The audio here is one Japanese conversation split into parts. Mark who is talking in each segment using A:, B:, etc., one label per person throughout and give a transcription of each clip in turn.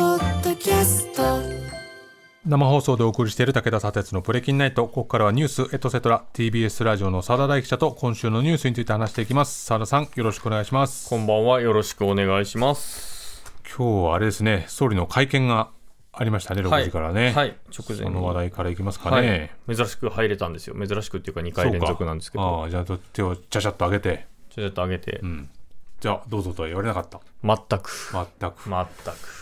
A: キャスト
B: 生放送でお送りしている武田砂鉄のプレキンナイト。ここからはニュースエトセトラ TBS ラジオの澤田大記者と今週のニュースについて話していきます。澤田さん、よろしくお願いします。
C: こんばんは、よろしくお願いします。
B: 今日はあれですね、総理の会見がありましたね、6時からね。
C: はい、はい直前
B: そ
C: に
B: の話題からいきますか
C: はい
B: ね。
C: 珍しく入れたんですよ。珍しくっていうか2
B: そう
C: 回連続なんですけ
B: か
C: ど、
B: ああじゃあ手をちゃちゃっと上げて、
C: ちょっと上げて、
B: じゃあどうぞとは言われなかった。
C: 全く、
B: 全く。
C: 全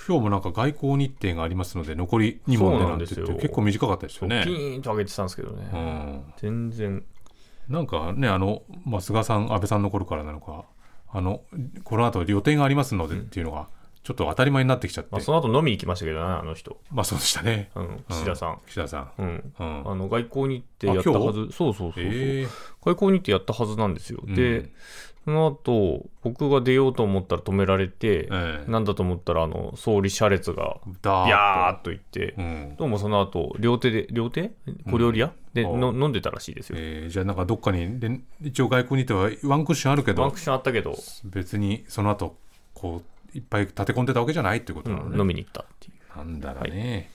B: 今日もなんか外交日程がありますので、残り2問でなんて言っ
C: そうなんです
B: て、
C: よ
B: 結構短かったです
C: く、
B: よね
C: ピ。ーンと上げてたんですけどね、
B: うん
C: 全然、
B: なんかね、あの、まあ、菅さん、安倍さんの頃からなのか、あの、この後予定がありますのでっていうのが、ちょっと当たり前になってきちゃって、
C: ま
B: ま
C: あ、
B: あ、
C: その後飲み行きましたけどね、あの人、
B: そうでしたね。
C: あの岸田さん。
B: 岸田さん。
C: うん
B: うん。
C: あの外交日程やったはず、そうそうそうそう、
B: えー
C: 外交日程やったはずなんですよ。
B: うん
C: で、その後僕が出ようと思ったら止められて、
B: ええ
C: なんだと思ったら、あの総理車列が、
B: だ
C: ビャー
B: っ
C: っと行って、
B: と。うん。
C: どうもその後両手で両手小料理屋、で
B: ああ
C: の飲んでたらしいですよ、
B: えーじゃあなんかどっかに連一応外交に行ってはワンクッションあるけ
C: ワ
B: ど
C: ンクッションあったけど、
B: 別にその後こういっぱい立て込んでたわけじゃないってこと
C: う
B: なの
C: ん
B: ね、
C: 飲みに行ったっていう
B: なんだろうね、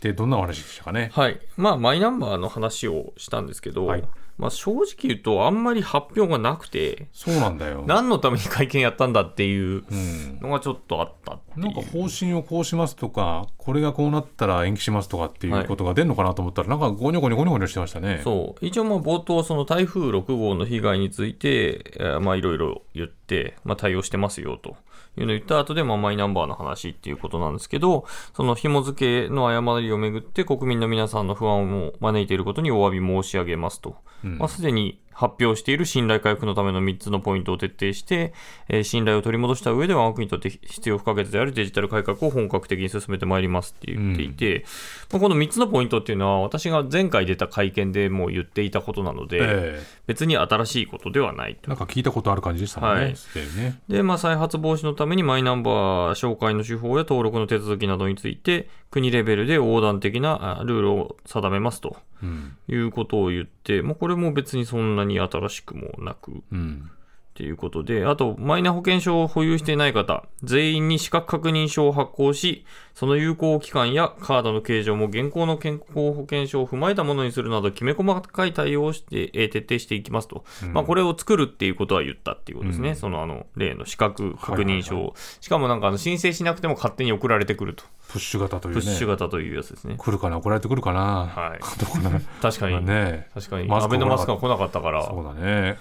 B: でどんなお話でしたかね
C: はいまあマイナンバーの話をしたんですけど、
B: はい
C: まあ、正直言うとあんまり発表がなくて
B: そうなんだよ
C: 何のために会見やったんだっていう
B: うん、
C: のがちょっとあったっていう
B: なんか方針をこうしますとか、これがこうなったら延期しますとかっていうことが出るのかなと思ったら、なんかゴニョゴニョゴニョゴニョしてましたね。
C: そう一応まあ冒頭その台風6号の被害についてえーまあいろいろ言って、まあ、対応してますよというのを言った後でまあマイナンバーの話っていうことなんですけどその紐付けの誤りをめぐって国民の皆さんの不安を招いていることにお詫び申し上げますと、
B: うん
C: まあ、すでに発表している信頼回復のための3つのポイントを徹底して、えー信頼を取り戻した上で我が国にとって必要不可欠であるデジタル改革を本格的に進めてまいりますって言っていて、まあこの3つのポイントっていうのは私が前回出た会見でもう言っていたことなので、
B: え
C: 別に新しいことではない
B: え
C: と
B: なん。か聞いたことある感じでしたもんね。
C: はい
B: すでにね
C: で、まあ、再発防止のためにマイナンバー紹介の手法や登録の手続きなどについて、国レベルで横断的なあルールを定めますと
B: うん
C: いうことを言って、もうこれも別にそんなに新しくもなく、
B: うん
C: ということで、あと、マイナ保険証を保有していない方、全員に資格確認書を発行し、その有効期間やカードの形状も現行の健康保険証を踏まえたものにするなど、きめ細かい対応をして、えー徹底していきますと。
B: うん
C: まあ、これを作るっていうことは言ったっていうことですね。
B: うん
C: その、あの、例の資格確認証を。
B: はい
C: しかもなんか、あの、申請しなくても勝手に送られてくると。
B: プッシュ型という
C: プ
B: ね。
C: ッシュ型というやつですね。
B: 来るかな、送られてくるかな。
C: はい
B: どうかな。
C: 確かに。
B: ね
C: 確かに。
B: マス
C: 安
B: ク
C: 倍の
B: 来な
C: マ
B: かった
C: スクが来なかったから。
B: そうだね。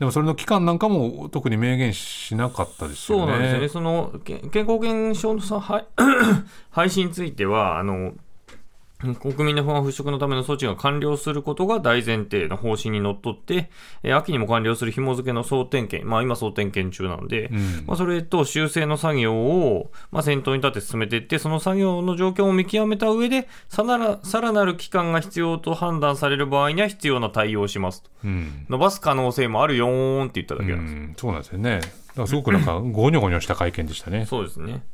B: でもそれの期間なんかも特に明言しなかったですよね。
C: そうなんですよね、そのけ健康保険証のさはい 廃止についてはあの、国民の不安払拭のための措置が完了することが大前提の方針にのっとって、えー秋にも完了する紐付けの総点検、まあ、今、総点検中なんで、
B: うん
C: まあ、それと修正の作業を、まあ、先頭に立って進めていって、その作業の状況を見極めた上で、さならさらなる期間が必要と判断される場合には必要な対応をしますと。
B: うん
C: 伸ばす可能性もあるよーんって言っただ
B: う
C: けなんですよ
B: ん、そうなんですよね。だからすごくなんかゴニョゴニョした会見でしたね。
C: そうですね。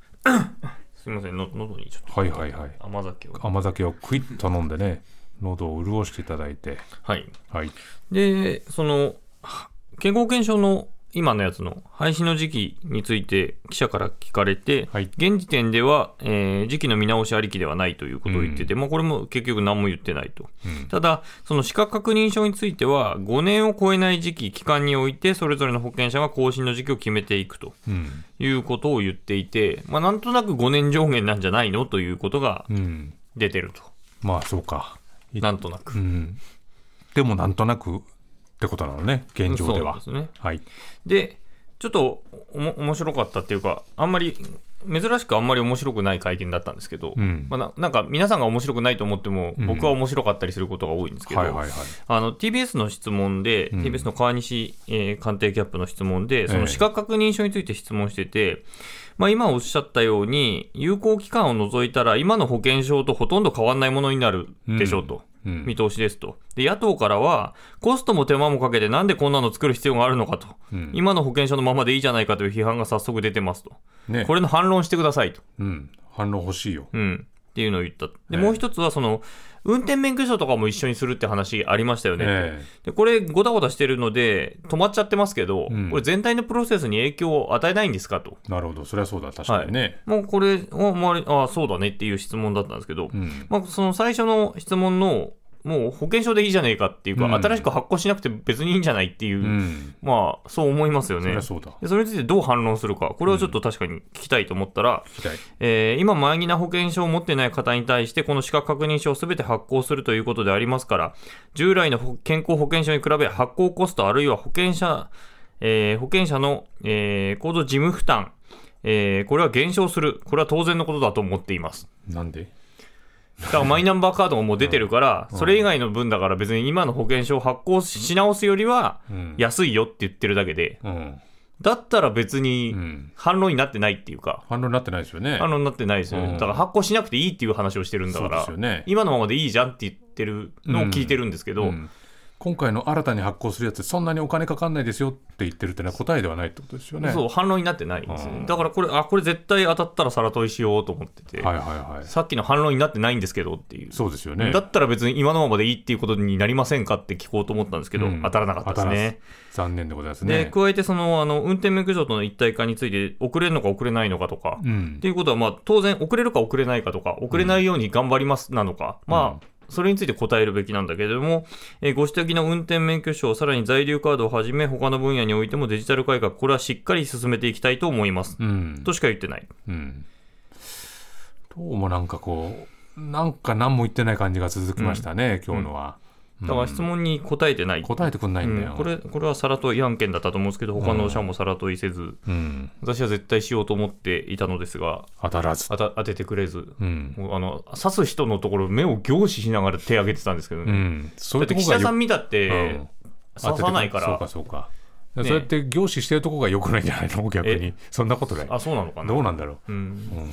C: すみません、の喉にちょっと
B: はいはいはい。
C: 甘酒を。
B: 甘酒をクイッと飲んでね喉を潤していただいて
C: はい。
B: はい
C: で、その、は健康保険証の今のやつの廃止の時期について記者から聞かれて、
B: はい
C: 現時点では、えー時期の見直しありきではないということを言ってて、もうこれも結局何も言ってないと。
B: うん
C: ただ、その資格確認書については、5年を超えない時期、期間において、それぞれの保険者が更新の時期を決めていくと
B: うん
C: いうことを言っていて、まあ、なんとなく5年上限なんじゃないのということが
B: うん
C: 出てると。
B: まあそうか
C: なんとなく
B: う。んでもなんとなくってことなのね現状では
C: そうですね。
B: はい
C: で、ちょっとおも面白かったっていうか、あんまり、珍しくあんまり面白くない会見だったんですけど、
B: うん
C: まあ、ななんか皆さんが面白くないと思っても、
B: うん
C: 僕は面白かったりすることが多いんですけど、
B: はいはいはい
C: あの TBS の質問で、
B: ん
C: TBS の川西、えー官邸キャップの質問で、その資格確認書について質問してて、まあ、今おっしゃったように、有効期間を除いたら、今の保険証とほとんど変わらないものになるでしょうと。
B: うん
C: 見通しですと。で、野党からは、コストも手間もかけて、なんでこんなの作る必要があるのかと、
B: うん
C: 今の保険証のままでいいじゃないかという批判が早速出てますと。
B: ね
C: これの反論してくださいと。
B: うん反論欲しいよ
C: うん。っていうのを言った。で、
B: ええ
C: もう一つは、その、運転免許証とかも一緒にするって話ありましたよね。
B: え
C: でこれ、ごたごたしてるので、止まっちゃってますけど、
B: うん
C: これ全体のプロセスに影響を与えないんですかと。
B: えなるほど、それはそうだ、確かにね。
C: もうこれを、まあ、あそうだねっていう質問だったんですけど、
B: うん
C: まあ、その最初の質問の、もう保険証でいいじゃねえかっていうか、
B: うん
C: 新しく発行しなくて別にいいんじゃないっていう、
B: うん、
C: まあ、そう思いますよ
B: そり
C: ね
B: ゃ。そうだ。
C: でそれについてどう反論するか、これをちょっと確かに聞きたいと思ったら、
B: 期待。
C: えー今、マイナ保険証を持ってない方に対して、この資格確認書をすべて発行するということでありますから、従来の保健康保険証に比べ、発行コストあるいは保険者、えー保険者の、えー、行動事務負担、えーこれは減少する。これは当然のことだと思っています。
B: なんで
C: だからマイナンバーカードがもう出てるから、それ以外の分だから別に今の保険証を発行し直すよりは
B: うん。
C: 安いよって言ってるだけで、
B: うん。
C: だったら別に
B: うん。
C: 反論になってないっていうか、
B: 反論になってないですよね。
C: 反論になってないですよね。
B: うん
C: だから発行しなくていいっていう話をしてるんだ
B: そ
C: か
B: うで
C: ら、
B: すよね。
C: 今のままでいいじゃんって言ってるのを聞いてるんですけど、
B: うん今回の新たに発行するやつ、そんなにお金かかんないですよって言ってるってのは答えではないってことですよね。
C: そう反論になってないんですよね、
B: うん
C: だからこれあこれ絶対当たったら皿問いしようと思ってて、
B: はいはいはい。
C: さっきの反論になってないんですけどっていう
B: そうですよね
C: だ。ったら別に今のままでいいっていうことになりませんかって聞こうと思ったんですけど、
B: うん
C: 当たらなかったですね。
B: 残念でございます
C: で
B: ね。
C: 加えてそのあの運転免許証との一体化について遅れるのか遅れないのかとか、
B: うん
C: っていうことは、まあ、当然、遅れるか遅れないかとか、遅れないように頑張りますなのか、まあ、それについて答えるべきなんだけれども、えーご指摘の運転免許証、さらに在留カードをはじめ、他の分野においてもデジタル改革、これはしっかり進めていきたいと思います。
B: うん。
C: としか言ってない。
B: うん。どうもなんかこう、なんか何も言ってない感じが続きましたね、今日のは。
C: だから質問に答えてない。
B: 答えてくんないんだ
C: う
B: よ。
C: んこれこれはさらと違案件だったと思うんですけど、他の社もさらといせず、
B: うん。
C: 私は絶対しようと思っていたのですが、
B: 当たらず。
C: あた当ててくれず、
B: うん。
C: もうあの刺す人のところ、目を凝視しながら手挙げてたんですけど
B: う
C: ね。
B: ん。そういうと
C: だって
B: こ
C: 岸
B: が
C: 田さ
B: よ
C: ん見たって、
B: うん
C: 刺さないか
B: そう
C: ら
B: か、そうか。
C: ね
B: そうやって凝視してるとこが良くないんじゃないの逆に
C: え。
B: そんなことない。
C: あ、そうなのかな。
B: どうなんだろ
C: うん
B: う。うん。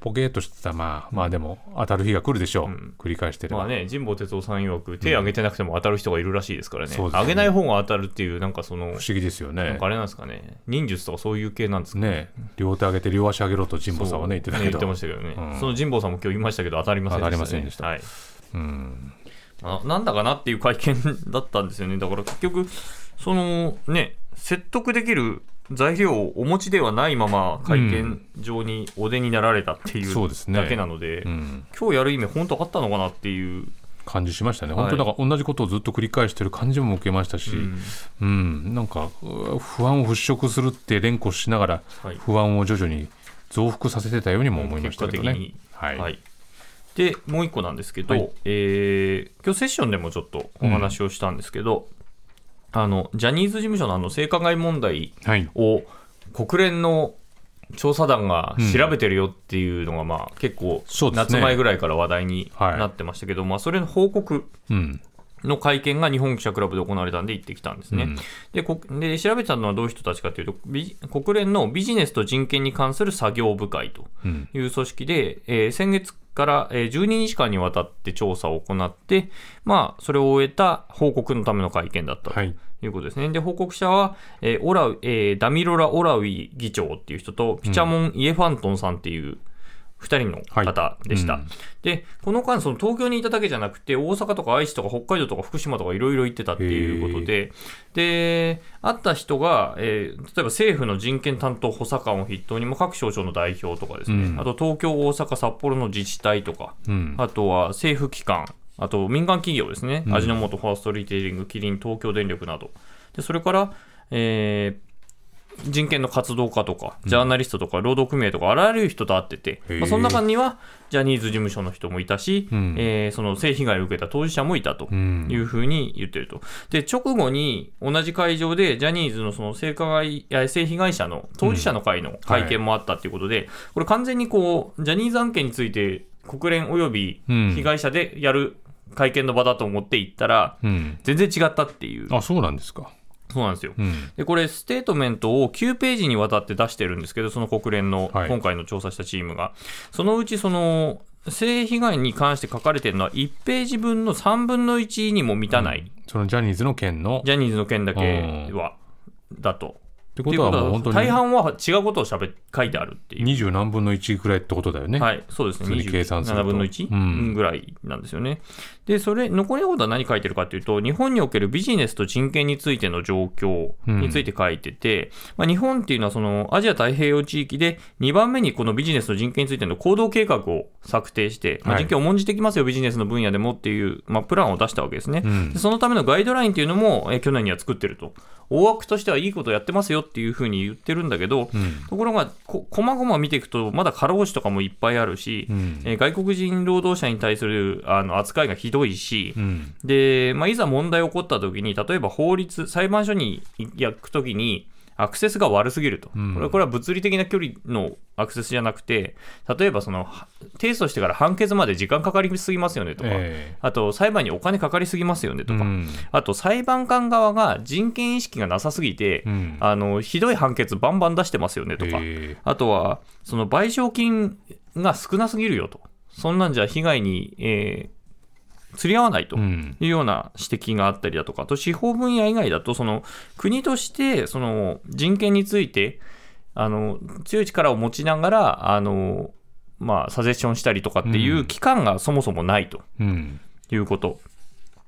B: ポケーっとしてた、まあ、まあでも、当たる日が来るでしょう。
C: うん
B: 繰り返してれば。
C: まあね、神保哲夫さん曰く、手挙げてなくても当たる人がいるらしいですからね、
B: そうですね
C: 挙げない方が当たるっていう、なんかその、
B: 不思議ですよ
C: な
B: ね
C: んか。あれなんですかね、忍術とかそういう系なんですか
B: ね両手上げて両足上げろと神保さんはね言ってたけ
C: 言
B: ど、
C: ってましたけどね、
B: うん
C: その神保さんも今日言いましたけど、当たりませんでした、
B: 当
C: ね。
B: たりませんでした
C: はい
B: うん、
C: あなんだかなっていう会見だったんですよね。 だから結局、そのね、説得できる材料をお持ちではないまま会見場にお出になられたっていう
B: そうですね
C: だけなので、
B: うん、
C: 今日やる意味、本当あったのかなっていう、
B: 感じしましたね、
C: はい
B: 本当なんか同じことをずっと繰り返してる感じも受けましたし、
C: う
B: うん
C: ん
B: なんかう不安を払拭するって連呼しながら
C: はい
B: 不安を徐々に増幅させてたようにも思いまし
C: 結
B: た
C: 果
B: けど
C: 的
B: ね
C: に。。
B: はい、
C: はいで、もう一個なんですけど、
B: はい
C: えー今日セッションでもちょっとお話をしたんですけど、あのジャニーズ事務所のあの性加害問題
B: はい
C: を国連の調査団が調べてるよっていうのが、まあ、結構
B: そう、ですね
C: 夏前ぐらいから話題に
B: はい
C: なってましたけど、まあ、それの報告
B: うん
C: の会見が日本記者クラブで行われたんで行ってきたんですね。
B: うん
C: でこで、調べたのはどういう人たちかというと、ビ国連のビジネスと人権に関する作業部会と。
B: うん
C: いう組織で、えー先月から、えー12日間にわたって調査を行って、まあ、それを終えた報告のための会見だった
B: は
C: と
B: い
C: いうことですね。で、報告者は、えーオラウえーダミロラ・オラウィ議長っていう人と、ピチャモン・イエファントンさんっていう2人の方でした。
B: はいうん
C: で、この間、その東京にいただけじゃなくて、大阪とか愛知とか北海道とか福島とかいろいろ行ってたっていうことで、で、会った人が、えー例えば政府の人権担当補佐官を筆頭に、もう各省庁の代表とかですね、
B: うん
C: あと東京、大阪、札幌の自治体とか、
B: うん
C: あとは政府機関、あと民間企業ですね、
B: うん
C: 味の素ファーストリテイリング、キリン、東京電力など、でそれから、えー人権の活動家とか、ジャーナリストとか、労働組合とか、あらゆる人と会ってて、
B: へー
C: まあ、その中にはジャニーズ事務所の人もいたし、
B: うん
C: えーその性被害を受けた当事者もいたと。
B: うん
C: いうふうに言ってると。で、直後に同じ会場で、ジャニーズのその性加害、いや性被害者の当事者の会の会見もあったということで、これ完全にこう、ジャニーズ案件について国連および
B: うん
C: 被害者でやる会見の場だと思って行ったら、
B: うん
C: 全然違ったっていう。
B: あそうなんですか。
C: そうなんですよ。
B: うん
C: で、これ、ステートメントを9ページにわたって出してるんですけど、その国連の、
B: はい
C: 今回の調査したチームが。そのうち、その、性被害に関して書かれてるのは、1ページ分の3分の1にも満たない、
B: そのジャニーズの件の
C: ジャニーズの件だけは、だと。
B: って
C: っ
B: こ
C: てい
B: とは
C: うこ
B: も
C: と
B: う
C: は
B: 本当に
C: 大半は違うことをしゃべ書いてあるっていう。
B: 二十何分の一ぐらいってことだよね。
C: はい、そうです
B: 普
C: ね。
B: 通に計算すると
C: 27分の1、
B: うん
C: ぐらいなんですよね。で、それ、残りのことは何書いてるかというと、日本におけるビジネスと人権についての状況について書いてて、まあ、日本っていうのはそのアジア太平洋地域で2番目にこのビジネスと人権についての行動計画を策定して、まあ、
B: はい
C: 人権を重んじてきますよ、ビジネスの分野でもっていう、まあ、プランを出したわけですね。
B: うん
C: でそのためのガイドラインっていうのも、えー去年には作ってると。大枠としてはいいことやってますよっていうふうに言ってるんだけど、
B: うん
C: ところが、こ、こまごま見ていくと、まだ過労死とかもいっぱいあるし、
B: うん
C: えー外国人労働者に対するあの扱いがひどいし、
B: うん
C: で、まあ、いざ問題起こった時に、例えば法律、裁判所に行く時に、アクセスが悪すぎると。
B: うん
C: これはこれは物理的な距離のアクセスじゃなくて、例えばその、は提訴してから判決まで時間かかりすぎますよねとか、
B: え
C: あと裁判にお金かかりすぎますよね
B: え
C: とか、
B: うん
C: あと裁判官側が人権意識がなさすぎて、
B: うん
C: あのひどい判決バンバン出してますよねとか、
B: え
C: あとはその賠償金が少なすぎるよと、そんなんじゃ被害に、えー釣り合わないと。
B: えうん
C: いうような指摘があったりだとか、あと司法分野以外だと、その国としてその人権についてあの強い力を持ちながらあの、まあ、サジェッションしたりとかっていう機関がそもそもないと
B: うん
C: いうこと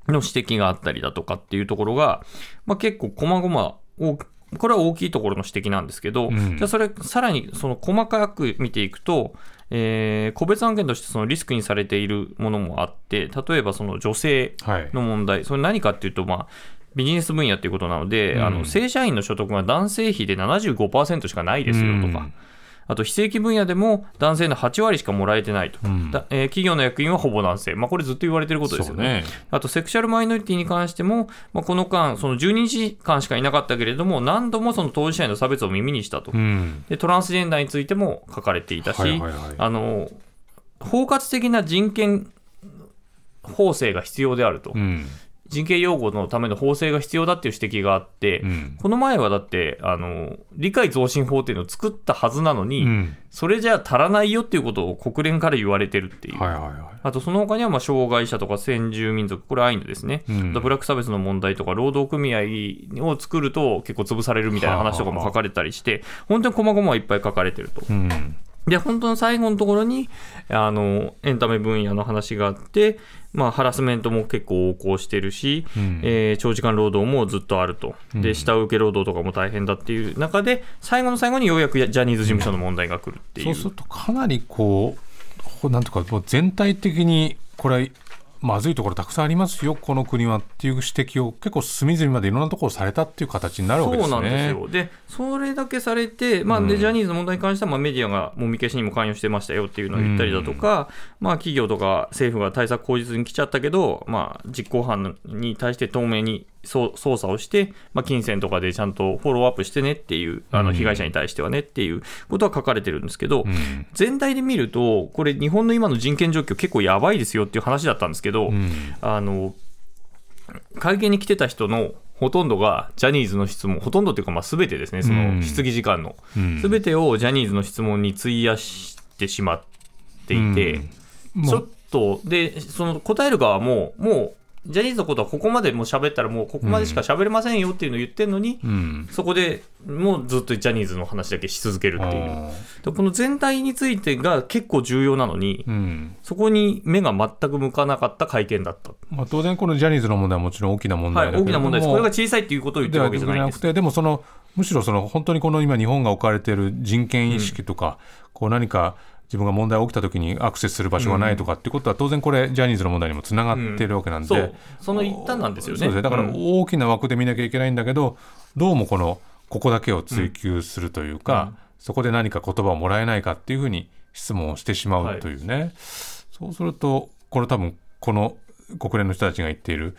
C: の指摘があったりだとかっていうところが、まあ、結構細々大きこれは大きいところの指摘なんですけど、
B: うん
C: じゃあそれさらにその細かく見ていくと、えー個別案件としてそのリスクにされているものもあって例えばその女性
B: はい
C: の問題、それ何かっていうと、まあ、ビジネス分野っていうことなので、
B: うん
C: あの正社員の所得が男性比で75%しかないですよとか、
B: うん
C: あと非正規分野でも男性の8割しかもらえてないと、
B: うん
C: だえー企業の役員はほぼ男性、まあ、これずっと言われてることです
B: そ
C: よ
B: う
C: ね。
B: ね
C: あとセクシャルマイノリティに関しても、まあ、この間、その12時間しかいなかったけれども、何度もその当事者への差別を耳にしたと、
B: うん
C: で、トランスジェンダーについても書かれていたし、
B: はいはいはい
C: あの包括的な人権法制が必要であると。
B: うん
C: 人権擁護のための法制が必要だっていう指摘があって、
B: うん
C: この前はだってあの、理解増進法っていうのを作ったはずなのに、
B: うん
C: それじゃ足らないよっていうことを国連から言われてるっていう、
B: はいはいは
C: あとその他にはまあ障害者とか先住民族、これ、アイヌですね、
B: いうん
C: あとブラック差別の問題とか、労働組合を作ると結構潰されるみたいな話とかも書かれたりして、本当に細々いっぱい書かれてると。
B: うん
C: で、本当の最後のところに、あの、エンタメ分野の話があって、まあ、ハラスメントも結構横行してるし、
B: うん
C: えー長時間労働もずっとあると。
B: う
C: で、
B: ん
C: 下請け労働とかも大変だっていう中で、最後の最後にようやくジャニーズ事務所の問題が来るっていう。
B: そうするとかなりこうほなんとかもう全体的にこれはまずいところたくさんありますよこの国はっていう指摘を結構隅々までいろんなところされたっていう形になるわけですね。
C: そうなんですよ。で、それだけされて、まあ、
B: う
C: で
B: ん
C: ジャニーズの問題に関しては、まあ、メディアがもみ消しにも関与してましたよっていうのを言ったりだとか、まあ、企業とか政府が対策口実に来ちゃったけど、まあ、実行犯に対して透明にそう捜査をして、まあ、金銭とかでちゃんとフォローアップしてねっていう、あ
B: う
C: の
B: ん
C: 被害者に対してはねっていうことは書かれてるんですけど、
B: うん
C: 全体で見ると、これ、日本の今の人権状況、結構やばいですよっていう話だったんですけど、
B: うん
C: あの会見に来てた人のほとんどがジャニーズの質問、ほとんどというか、まあ、全てですね、そ
B: うん
C: の質疑時間の、
B: うん
C: 全てをジャニーズの質問に費やしてしまっていて、
B: うん
C: ち
B: も
C: ょっ
B: う
C: と、で、その答える側も、もう、ジャニーズのことはここまでもう喋ったら、もうここまでしか喋れませんよっていうのを言ってるのに、
B: うん
C: そこでもうずっとジャニーズの話だけし続けるっていう、
B: あ
C: でこの全体についてが結構重要なのに
B: ー、うん
C: そこに目が全く向かなかった会見だった。
B: まあ、当然このジャニーズの問題はもちろん大きな問
C: は
B: 題
C: い、
B: だけ
C: 大き
B: れど
C: な
B: も、
C: 問題です。これが小さいっていうことを言っ
B: で
C: てる
B: は
C: わけじゃないんで
B: なく
C: す。
B: て、でもそのむしろその本当にこの今、日本が置かれている人権意識とか、こう何か自分が問題が起きたときにアクセスする場所がないとかっていうことは、当然これ、ジャニーズの問題にもつながっているわけなんで、
C: そう、その一端なんですよ
B: そう
C: ね。
B: ですねだから
C: うん
B: 大きな枠で見なきゃいけないんだけど、どうもこのここだけを追求するというか、
C: うん
B: そこで何か言葉をもらえないかっていうふうに質問をしてしま
C: は
B: う
C: い
B: というね、そうするとこれ多分この国連の人たちが言っている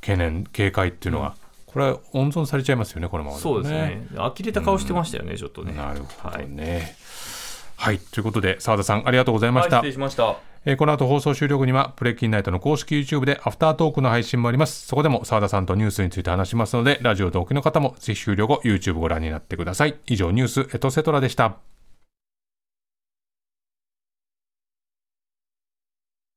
B: 懸念警戒っていうのが、これは温存されちゃいますよねこのままだと
C: そうですね。呆れた顔してましたよね、ちょっとね。
B: なるほど
C: はい。
B: ねはい、ということで澤田さんありがとうございま
C: はい
B: した、
C: 失礼しました。
B: えーこの後放送終了後にはプレキンナイトの公式 YouTube でアフタートークの配信もありますそこでも澤田さんとニュースについて話しますのでラジオ同期の方もぜひ終了後 YouTube ご覧になってください以上ニュースエトセトラでした